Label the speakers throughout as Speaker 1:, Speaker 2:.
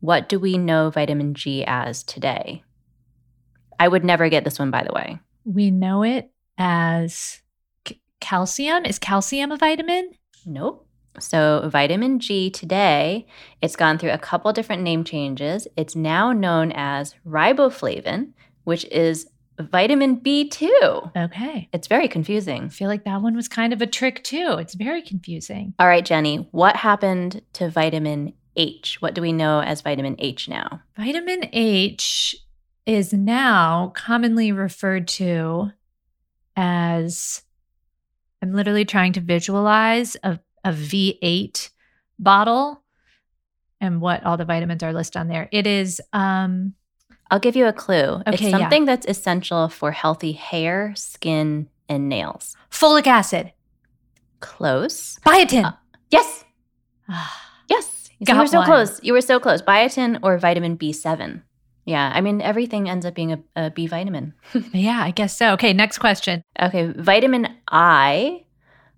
Speaker 1: What do we know vitamin G as today? I would never get this one, by the way.
Speaker 2: We know it as c- calcium. Is calcium a vitamin?
Speaker 1: Nope. So, vitamin G today, it's gone through a couple different name changes. It's now known as riboflavin, which is vitamin B2.
Speaker 2: Okay.
Speaker 1: It's very confusing.
Speaker 2: I feel like that one was kind of a trick too. It's very confusing.
Speaker 1: All right, Jenny, what happened to vitamin H? What do we know as vitamin H now?
Speaker 2: Vitamin H is now commonly referred to as I'm literally trying to visualize a, a V8 bottle and what all the vitamins are listed on there. It is um
Speaker 1: I'll give you a clue.
Speaker 2: Okay,
Speaker 1: it's
Speaker 2: yeah.
Speaker 1: something that's essential for healthy hair, skin, and nails.
Speaker 2: folic acid,
Speaker 1: Close.
Speaker 2: biotin.
Speaker 1: Uh, Yes. Yes. You see, you
Speaker 2: Got
Speaker 1: were so
Speaker 2: one.
Speaker 1: close. You were so close. Biotin or vitamin B7. Yeah. I mean, everything ends up being a, a B vitamin.
Speaker 2: yeah, I guess so. Okay, next question.
Speaker 1: Okay. Vitamin I.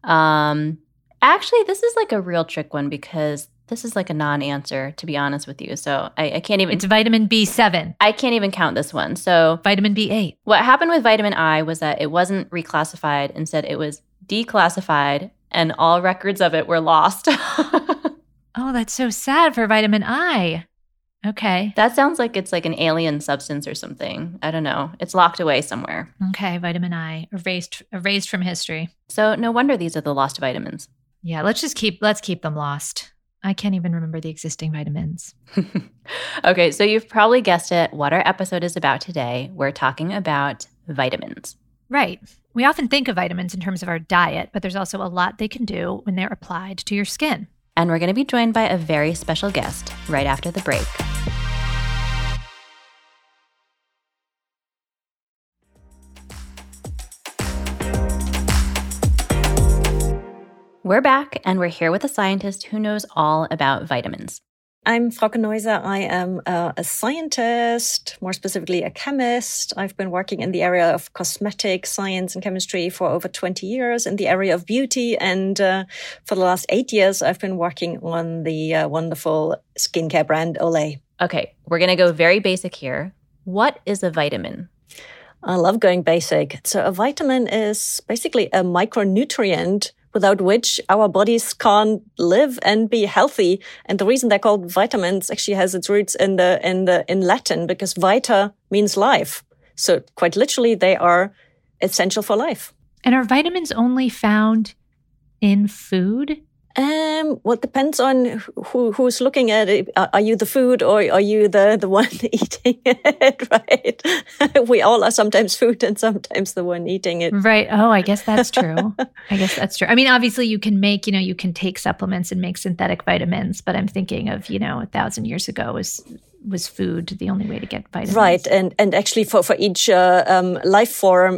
Speaker 1: Um, actually, this is like a real trick one because this is like a non answer, to be honest with you. So I, I can't even.
Speaker 2: It's vitamin B7,
Speaker 1: I can't even count this one. So,
Speaker 2: vitamin B8.
Speaker 1: what happened with vitamin I was that it wasn't reclassified. Instead, it was declassified, and all records of it were lost.
Speaker 2: Oh, that's so sad for vitamin I. Okay.
Speaker 1: That sounds like it's like an alien substance or something. I don't know. It's locked away somewhere.
Speaker 2: Okay, vitamin I erased erased from history.
Speaker 1: So no wonder these are the lost vitamins.
Speaker 2: Yeah, let's just keep let's keep them lost. I can't even remember the existing vitamins.
Speaker 1: okay, so you've probably guessed it what our episode is about today. We're talking about vitamins.
Speaker 2: Right. We often think of vitamins in terms of our diet, but there's also a lot they can do when they're applied to your skin.
Speaker 1: And we're going to be joined by a very special guest right after the break. We're back, and we're here with a scientist who knows all about vitamins.
Speaker 3: I'm Frauke Neuser. I am uh, a scientist, more specifically a chemist. I've been working in the area of cosmetic science and chemistry for over 20 years in the area of beauty. And uh, for the last eight years, I've been working on the uh, wonderful skincare brand Olay.
Speaker 1: Okay, we're going to go very basic here. What is a vitamin?
Speaker 3: I love going basic. So a vitamin is basically a micronutrient without which our bodies can't live and be healthy. And the reason they're called vitamins actually has its roots in the, in the, in Latin because vita means life. So quite literally, they are essential for life.
Speaker 2: And are vitamins only found in food?
Speaker 3: Um, well, it depends on who who's looking at it. Are are you the food or are you the the one eating it? Right? we all are sometimes food and sometimes the one eating it.
Speaker 2: Right. Oh, I guess that's true. I guess that's true. I mean, obviously you can make, you know, you can take supplements and make synthetic vitamins, but I'm thinking of, you know, a thousand years ago was was food the only way to get vitamins.
Speaker 3: Right, and and actually for for each uh, um, life form,